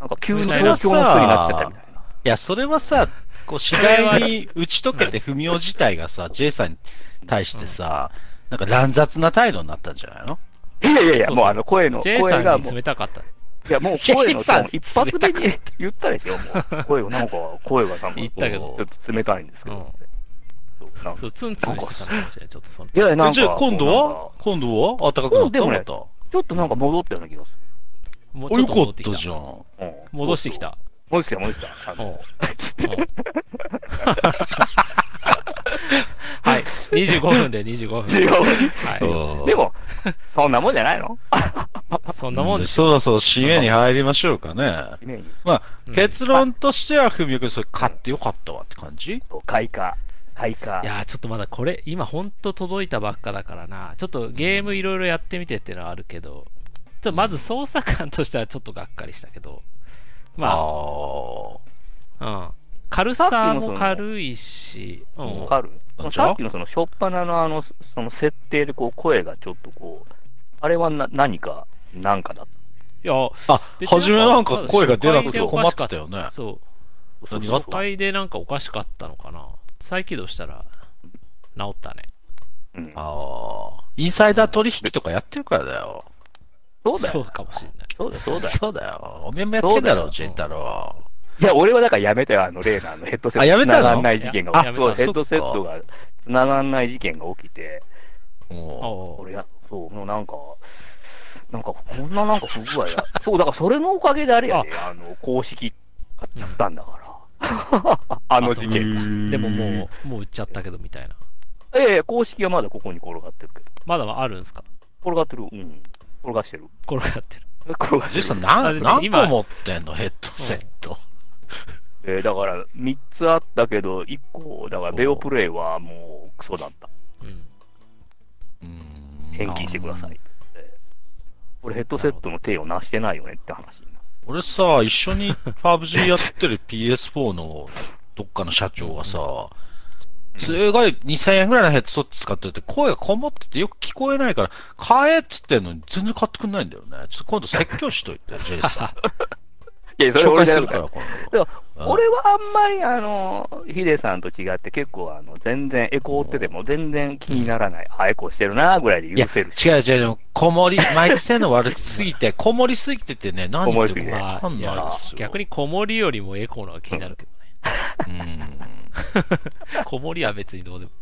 Speaker 2: なんか急に
Speaker 3: 冷たい
Speaker 2: 東京の人になってたみたいな。
Speaker 1: いや、それはさ、こう、次第に打ち解けて、文雄自体がさ、ジェイさんに対してさ、なんか乱雑な態度になったんじゃないの
Speaker 2: いやいやい
Speaker 3: そう
Speaker 2: や、
Speaker 3: そう
Speaker 2: もうあの、声の、
Speaker 3: ジェイさ
Speaker 2: 声が
Speaker 3: ん
Speaker 2: も
Speaker 3: に
Speaker 2: う、
Speaker 3: 冷
Speaker 2: い
Speaker 3: たかった。
Speaker 2: や、もう
Speaker 1: ジェ
Speaker 2: 声
Speaker 1: イ
Speaker 2: の、
Speaker 1: さん
Speaker 2: もう一発目に言ったでしょ、もう。声を、なんか、声がなんか、
Speaker 3: 言っ
Speaker 2: ち
Speaker 3: たけど
Speaker 2: ょっ、と冷たいんですけど。
Speaker 3: うん
Speaker 2: そうなんか
Speaker 3: そうツンツンしてたのかもしれない。ちょっとその。
Speaker 2: いやいや、なんか、
Speaker 1: じゃあ、今度
Speaker 2: こ
Speaker 1: は今度は暖かくな
Speaker 2: う
Speaker 1: っ
Speaker 2: んで
Speaker 1: た
Speaker 2: も
Speaker 1: ま
Speaker 2: ね
Speaker 1: た。あ
Speaker 2: うなんかちょっとなんか戻ったような気がす
Speaker 3: もうちょ
Speaker 1: よ
Speaker 3: っと
Speaker 1: か
Speaker 3: 戻っ
Speaker 1: ってた
Speaker 3: き
Speaker 1: じ
Speaker 3: た。
Speaker 1: ゃん。
Speaker 2: る。うん
Speaker 3: 戻してき。た。
Speaker 2: 戻してきた、戻してきた。
Speaker 3: うんうん はい。25分で25分。
Speaker 2: 違う。
Speaker 3: は
Speaker 2: でも、そんなもんじゃないの
Speaker 3: い。そんなもんです。
Speaker 1: そろそろ締めに入りましょうかね。
Speaker 2: イメージ。
Speaker 1: ま
Speaker 3: う
Speaker 1: あ、
Speaker 3: ん
Speaker 1: 結論としては、文雄君、それ買ってよかったわって感じ
Speaker 2: 開花。開花
Speaker 3: い。やーちょっとまだこれ、今ほんと届いたばっかだからな。ちょっとゲームいろいろやってみてっていうのはあるけど、ちょっとまず操作感としてはちょっとがっかりしたけど、まあ、
Speaker 1: あ
Speaker 3: うん。軽さも軽いし、う
Speaker 2: わ
Speaker 3: ん。
Speaker 2: かる
Speaker 1: なんじゃ
Speaker 2: さっきのその、しょっぱなのあの、その設定でこう、声がちょっとこう、あれはな、何か、なんかだっ
Speaker 3: いや、
Speaker 1: ーあ。
Speaker 3: 別に
Speaker 1: 初めなんか声が出なくて困ってたよね。
Speaker 3: そう。
Speaker 2: た。
Speaker 1: 何があっ
Speaker 3: 都会でなんかおかしかったのかな。再起動したら、治ったね。
Speaker 2: うん。
Speaker 1: ああ。インサイダー取引とかやってるからだよ。
Speaker 2: そうだ
Speaker 3: そ
Speaker 2: よ。
Speaker 3: うかもしれない。
Speaker 2: そうだ、そうだよ。
Speaker 1: そうだよ。おめえもやってんだ
Speaker 2: そうだよ
Speaker 1: ろ、ジェン太郎。
Speaker 2: いや、俺はだからやめたよ、あの、例のあの、ヘッドセッ
Speaker 1: あや
Speaker 2: ト
Speaker 1: めた
Speaker 2: 繋
Speaker 1: の
Speaker 2: がんない事件が
Speaker 3: や
Speaker 2: 起
Speaker 3: め
Speaker 2: き
Speaker 3: た
Speaker 2: て、そ
Speaker 1: そっか
Speaker 2: う、ヘッドセットが繋がんない事件が起きて、
Speaker 1: も
Speaker 3: おう
Speaker 2: 俺や、そう、もうなんか、なんか、こんななんか不具合や。 そう、だからそれのおかげであれやで、あの、公式買っちゃったんだから。 あの事
Speaker 1: う。
Speaker 2: 件。
Speaker 3: でももう、もう売っちゃったけどみたいな。
Speaker 2: ええ、公式はまだここに転がってるけど。
Speaker 3: まだあるんですか
Speaker 2: 転がってる。うん。転がしてる。
Speaker 3: 転がってる。
Speaker 2: 転がっ
Speaker 1: ジェ
Speaker 2: て
Speaker 1: ンさん、
Speaker 2: る。
Speaker 3: あ
Speaker 1: 何
Speaker 3: でも
Speaker 1: 何
Speaker 3: 今
Speaker 1: 個持ってんの、ヘッドセット。
Speaker 2: えーだから、3つあったけど、1個、だから、ベオプレイはもう、クソだった。
Speaker 3: うん。
Speaker 1: うん
Speaker 2: 返金してください。これヘッドセットの手をなしてないよねって話になる。
Speaker 1: 俺さ、一緒に PUBG やってる PS4 のどっかの社長がさ、すごい2000円ぐらいのヘッドセット使ってて、声がこもっててよく聞こえないから、買えっつってんのに全然買ってくんないんだよね。ちょっと今度説教しといて、ジェイさん。
Speaker 2: いや、それ
Speaker 1: 紹
Speaker 2: 俺
Speaker 1: 介
Speaker 2: じゃ
Speaker 1: す
Speaker 2: な
Speaker 1: る
Speaker 2: く
Speaker 1: から、
Speaker 2: て。
Speaker 1: 今
Speaker 2: で
Speaker 1: 度。
Speaker 2: も俺はあんまり、あの、ヒデさんと違って結構、あの、全然、エコーってでも全然気にならない。あ、エコーしてるなぐらいで
Speaker 1: いや
Speaker 2: 許せるし。、
Speaker 1: 違う違う、でも、こもり、 マイク性能悪すぎて、こもりすぎててね、何言ってるかわかんないですよ。
Speaker 3: 逆に、子守よりもエコーの方が気になるけどね。
Speaker 1: うん。
Speaker 3: 子守は別にどうでも。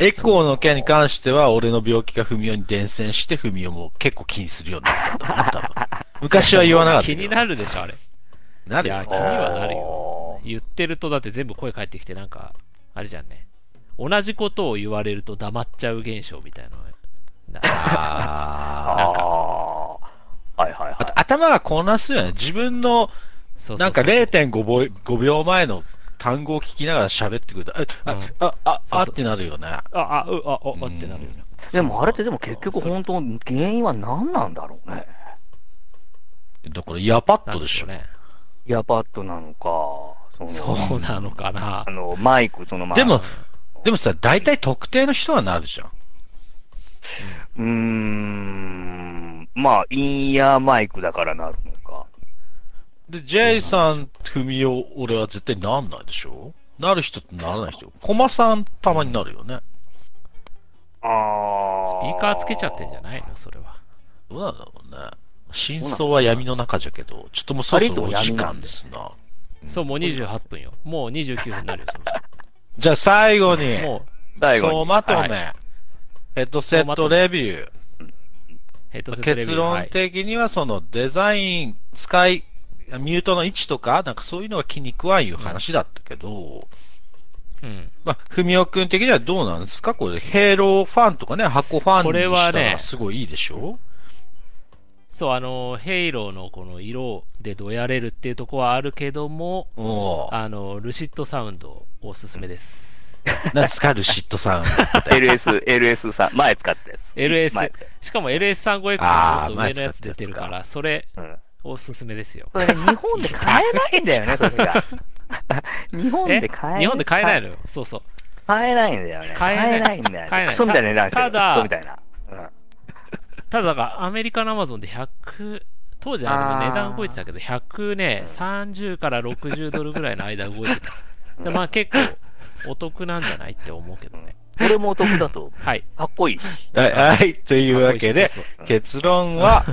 Speaker 1: エコーの件に関しては、俺の病気が文雄に伝染して、文雄も結構気にするようになったんだな、多分。昔は言わなかったけど。
Speaker 3: 気になるでしょ、あれ。
Speaker 1: ないるよ
Speaker 3: や、気
Speaker 2: 気
Speaker 3: にはなるよ。言ってると、だって全部声返ってきて、なんか、あれじゃんね。同じことを言われると黙っちゃう現象みたいなのな。
Speaker 1: あー
Speaker 2: ああー。はいはい
Speaker 1: あ
Speaker 2: は
Speaker 1: と頭が混乱するよね。自分の、
Speaker 3: そうそうそう
Speaker 1: なんか0.5ぼい5秒前の単語を聞きながら喋ってくると、え
Speaker 3: うん
Speaker 1: あ、あ、あ、
Speaker 3: そうそう
Speaker 1: あってなるよね。
Speaker 3: あ、あ、う、あ、お、おってなるよね。
Speaker 2: い。でもあれってでも結局本当、原因は何なんだろうね。
Speaker 1: だから、ヤパッと
Speaker 3: なん
Speaker 1: で
Speaker 3: で
Speaker 1: し
Speaker 3: しょ
Speaker 1: ょ
Speaker 3: う。ね。
Speaker 2: イヤーパッドなのか、その、
Speaker 3: そうなのかな
Speaker 2: あ。の、マイク、そのまあ
Speaker 1: でも、でもさ、大体特定の人はなるじゃん。
Speaker 2: うーん、まあ、インイヤーマイクだからなるのか。
Speaker 1: で、ジェイさん、ふみお、俺は絶対なんないでしょなる人とならない人。コマさん、たまになるよね。
Speaker 2: あ
Speaker 3: ス
Speaker 2: ー。
Speaker 3: ピーカーつけちゃってんじゃないのそれは。
Speaker 1: どうなんだろうね。真相は闇の中じゃけど、ちょっともうそろそろお時間ですな。
Speaker 3: そう、もう28分よ。もう29分になるよ、そろ
Speaker 1: じゃあ最後に
Speaker 3: そ、ろもう、
Speaker 2: 最後に
Speaker 1: 総まと
Speaker 3: は
Speaker 1: め、ヘッドセットレビュー。
Speaker 3: ヘッドセットレビュー
Speaker 1: 結論
Speaker 3: はい
Speaker 1: 的にはそのデザイン、使い、ミュートの位置とか、なんかそういうのが気に食わんいう話だったけど、
Speaker 3: うん。
Speaker 1: まあ、ふみおくん的にはどうなんですかこれ、ヘイローファンとかね、箱ファン
Speaker 3: こ
Speaker 1: に
Speaker 3: れは
Speaker 1: した
Speaker 3: ね
Speaker 1: らすごいいいでしょ
Speaker 3: そう、あの、ヘイローのこの色でどやれるっていうとこはあるけども、
Speaker 1: も
Speaker 3: あの、ルシッドサウンドおすすめです。
Speaker 1: う、なんですか、ルシッドさん。
Speaker 2: LS、LS さん、前使ったやつ。
Speaker 3: LS
Speaker 2: 前使っ、
Speaker 3: しかも LS35X
Speaker 1: あー
Speaker 3: の上のやつ出てるか
Speaker 1: 前使った
Speaker 3: ら、それ
Speaker 2: たうん。
Speaker 3: おすすめですよ。
Speaker 2: それね、日本で買えないんだ よね、それが。日本
Speaker 3: え
Speaker 2: で買えない。
Speaker 3: 日本で買えないのよ。そうそう。
Speaker 2: 買えないんだよね。
Speaker 3: 買
Speaker 2: 買
Speaker 3: え
Speaker 2: え
Speaker 3: ない
Speaker 2: ないんだよ
Speaker 3: 買え
Speaker 2: ね。
Speaker 3: ない
Speaker 2: クソみたいな値段してる。
Speaker 3: ただ
Speaker 2: クソみたいな。うん。
Speaker 3: ただが、アメリカのアマゾンで100、当時は
Speaker 2: あー
Speaker 3: 値段動いてたけど、100ね、30から60ドルぐらいの間動いてた。でまあ結構お得なんじゃないって思うけどね。
Speaker 2: これもお得だと、
Speaker 3: はい。
Speaker 2: かっこいいし。
Speaker 1: はい、はい、というわけで
Speaker 3: そうそう、
Speaker 1: 結論 は、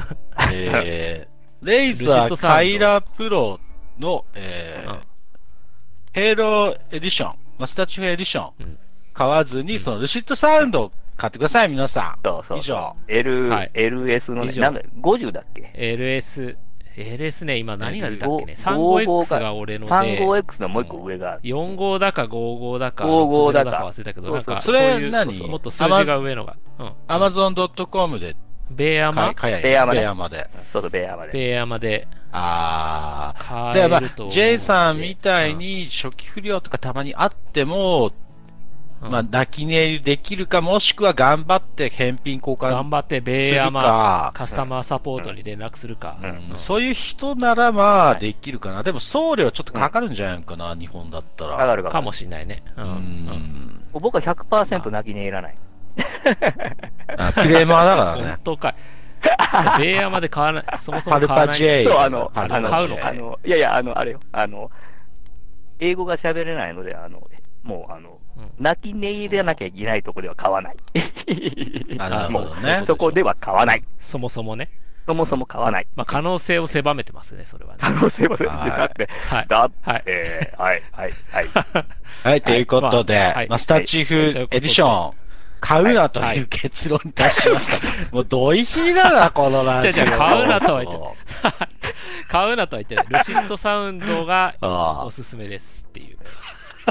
Speaker 1: えー、レイザーカイラプロの、え
Speaker 3: うん
Speaker 1: ー、ヘイローエディション、マスターチフエディショ
Speaker 3: う
Speaker 1: ン
Speaker 3: ん、
Speaker 1: 買わずに、そのルシッドサウンドを買ってください、皆さん。
Speaker 2: そうそう。
Speaker 1: 以上。
Speaker 2: L、
Speaker 3: はい
Speaker 2: LS のね、
Speaker 3: 以上
Speaker 2: なんだ、50だっけ
Speaker 3: LS、LS ね、今何が出たっけね。
Speaker 2: 55
Speaker 3: 35X が俺ので、
Speaker 2: 35X のもう一個上がある。
Speaker 3: 45だか55だか、
Speaker 2: 55
Speaker 3: 60
Speaker 2: だ
Speaker 3: だ
Speaker 2: か
Speaker 3: か忘れたけど、
Speaker 2: そ
Speaker 3: な
Speaker 2: うんそう
Speaker 3: か、
Speaker 1: それ
Speaker 3: ういう
Speaker 1: 何
Speaker 3: もっと数字が上のが。うん。
Speaker 1: amazon.com で
Speaker 3: ベーア
Speaker 1: 買
Speaker 3: マ
Speaker 1: い、買え
Speaker 2: ベアマね
Speaker 1: ベアマで。
Speaker 2: そうそう、ベアまで。
Speaker 3: ベーアマで
Speaker 1: あー。
Speaker 3: 買
Speaker 1: で
Speaker 3: え
Speaker 1: まあ
Speaker 3: ると思うので。
Speaker 1: J さんみたいに初期不良とかたまにあっても、
Speaker 3: うん、
Speaker 1: まあ、泣き寝入りできるか、もしくは頑張って返品交換
Speaker 3: 頑張ってベーア
Speaker 1: する
Speaker 3: マ
Speaker 1: か
Speaker 3: カスタマーサポートに連絡するか、
Speaker 2: うん
Speaker 3: うん
Speaker 1: そういう人ならま
Speaker 3: は
Speaker 1: あ
Speaker 3: い
Speaker 1: できるかな。でも送料ちょっとかかるんじゃないのかな、日本だった
Speaker 2: 上
Speaker 1: ら。
Speaker 2: がる
Speaker 3: か
Speaker 2: かも。
Speaker 3: もしれないね、うん
Speaker 1: う
Speaker 3: うん
Speaker 1: ん。
Speaker 2: 僕は100%泣き寝入らない。
Speaker 1: あクレーマーだからね
Speaker 3: 本。当かいベーアマで買わないそもそ
Speaker 1: パ
Speaker 3: も
Speaker 1: ル
Speaker 3: 買わ
Speaker 1: パ
Speaker 3: ない
Speaker 1: ジェイ。
Speaker 2: そう、あの、
Speaker 1: パ
Speaker 2: あ
Speaker 1: ル
Speaker 2: の、
Speaker 1: パ
Speaker 2: あ
Speaker 1: ジェイ
Speaker 3: 買うのか
Speaker 2: の、いやいや、あの、あれよ、あの、英語が喋れないので、あの、もう、あの、
Speaker 3: うん
Speaker 2: 泣き寝入れなきゃいけないとこでは買わない。
Speaker 1: あなるほど
Speaker 3: あ
Speaker 1: ね
Speaker 3: う。
Speaker 2: そこでは買わない。
Speaker 3: そもそもね、
Speaker 2: そもそも買わない。
Speaker 3: まあ、可能性を狭めてますね、それはね。
Speaker 2: 可能性もだ
Speaker 3: はい
Speaker 2: って、
Speaker 3: はい。
Speaker 2: だって、
Speaker 3: はい
Speaker 2: はい、はい、はい。
Speaker 1: はい、ということで、
Speaker 3: まあはい
Speaker 1: マスターチーフエディション、買うなと
Speaker 3: はいいう
Speaker 1: 結論出しました。もう、どいひだな、このラ ジオ。
Speaker 3: じゃあじゃあ買うなとは言ってない買うなとは言ってない。ルシッドサウンドが
Speaker 1: あ
Speaker 3: おすすめですっていう。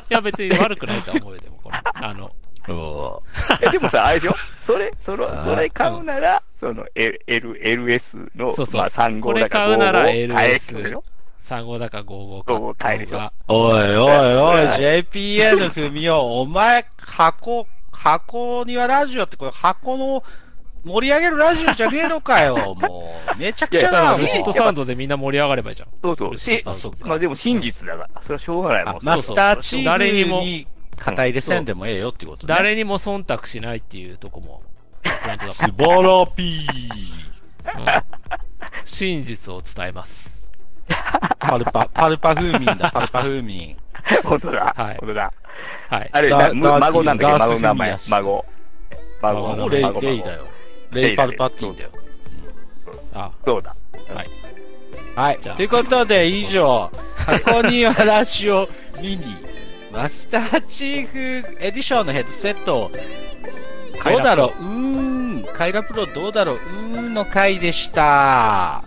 Speaker 3: いや、別に悪くないとは思うよ、でもこれ。あの、
Speaker 1: あうん
Speaker 2: え、でもさ、あれでしょそれ、その
Speaker 1: あ、ー
Speaker 2: それ買うなら、その、L、L、LS の、
Speaker 3: そうそう
Speaker 2: まあ、3
Speaker 3: こ
Speaker 2: 号
Speaker 3: れ
Speaker 2: だか
Speaker 3: 買
Speaker 2: ら
Speaker 3: うなら
Speaker 2: 5号買えってことでし
Speaker 3: LS
Speaker 2: ょ。
Speaker 3: 3号だか5号
Speaker 2: 5号
Speaker 3: か。
Speaker 2: 買えでしょ
Speaker 3: が
Speaker 1: おいおいおい、
Speaker 2: は
Speaker 1: JPN 文雄、お前、箱、箱庭ラジオって、これ箱の盛り上げるラジオじゃねえのか よ、もう。めちゃくちゃ
Speaker 2: いや
Speaker 1: だな、も
Speaker 3: ルシッド
Speaker 1: う。
Speaker 3: サウンドでみんな盛り上がればいいじゃん。
Speaker 2: そうそう。
Speaker 3: そう
Speaker 2: し
Speaker 3: そうそう、
Speaker 2: まあでも真実だから、それはしょうがないもん。
Speaker 1: マスターチー
Speaker 3: 誰に
Speaker 1: ム
Speaker 3: も
Speaker 1: に肩入れせんでもええよってことね。
Speaker 3: 誰にも忖度しないっていうとこも、本当だか
Speaker 1: スボロピー。
Speaker 3: ら、うん真実を伝えます。
Speaker 1: パルパ、パルパ風民だ、パルパ風民。
Speaker 2: 本当だ。
Speaker 3: はい
Speaker 2: 本当だ。
Speaker 3: はい。
Speaker 2: あれ、
Speaker 1: ダ
Speaker 2: な
Speaker 1: ダ
Speaker 2: む孫なんだけ
Speaker 1: ダー
Speaker 2: ど、
Speaker 1: ス
Speaker 2: 孫の名前
Speaker 1: フィリア。ス
Speaker 2: 孫。孫。
Speaker 3: 孫
Speaker 1: も
Speaker 2: 孫
Speaker 1: うレイ、
Speaker 2: 孫
Speaker 1: レイだよ。レイパルパティだよ。
Speaker 3: あ、
Speaker 2: そうだ。
Speaker 1: はい。
Speaker 3: じゃあ
Speaker 1: ということで、以上、箱庭ラジオミニ、マスターチーフエディションのヘッドセットを、どうだろううーん、カイラプロどうだろううーんの回でした。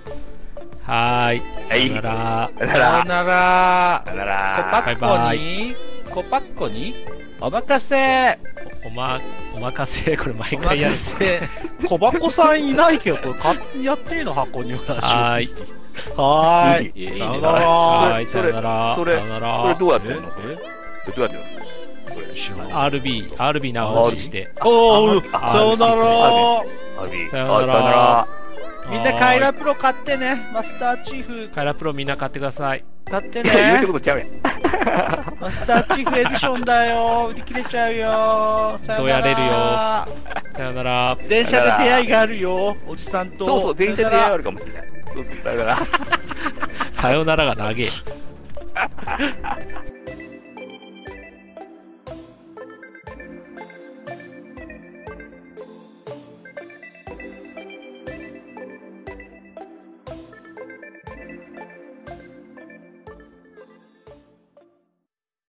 Speaker 3: はーい。さよなら。
Speaker 2: だか
Speaker 1: さよ
Speaker 2: ら、
Speaker 1: なら。コ
Speaker 2: だか
Speaker 1: パ
Speaker 2: ら、
Speaker 1: ッ
Speaker 3: バ
Speaker 1: コ
Speaker 3: イバ
Speaker 1: に、コパッコに、お任せ
Speaker 3: おま、おまかせ、これ毎
Speaker 1: お
Speaker 3: 回やる
Speaker 1: 任。せ小箱さんいないけど、これ勝手にやっていいの箱庭ラジオ。
Speaker 3: はーい。
Speaker 1: はーい。
Speaker 2: いい
Speaker 3: いいね
Speaker 1: さよなら
Speaker 3: はーい、
Speaker 2: そ
Speaker 3: さ
Speaker 2: れ
Speaker 3: よなら。
Speaker 2: それ
Speaker 3: さよな
Speaker 2: これ
Speaker 3: ら
Speaker 2: ど。うやってんのこ
Speaker 1: え
Speaker 2: れどうやってんの
Speaker 3: RB、RB 直しして。
Speaker 1: おお、
Speaker 2: あ
Speaker 1: さよなら。
Speaker 2: アビー
Speaker 3: さよなら
Speaker 2: あさよなら。
Speaker 1: みんなカイ
Speaker 3: は
Speaker 1: ラ
Speaker 3: ー
Speaker 1: プロ買ってね。マスターチーフ
Speaker 3: いカイラプロみんな買ってください。
Speaker 1: 買って
Speaker 2: い
Speaker 1: ね
Speaker 2: や言うてる。ことちゃうやん。
Speaker 1: マスターチーフエディションだよ。売り切れちゃうよ。さよなら。
Speaker 3: どやれるさよなら。
Speaker 1: 電車で出会いがあるよ。おじさんと。
Speaker 2: そうそう、電車で
Speaker 1: さよな
Speaker 2: あ
Speaker 1: ら
Speaker 2: るかもしれない。そうそうだから、
Speaker 3: さよならが長え。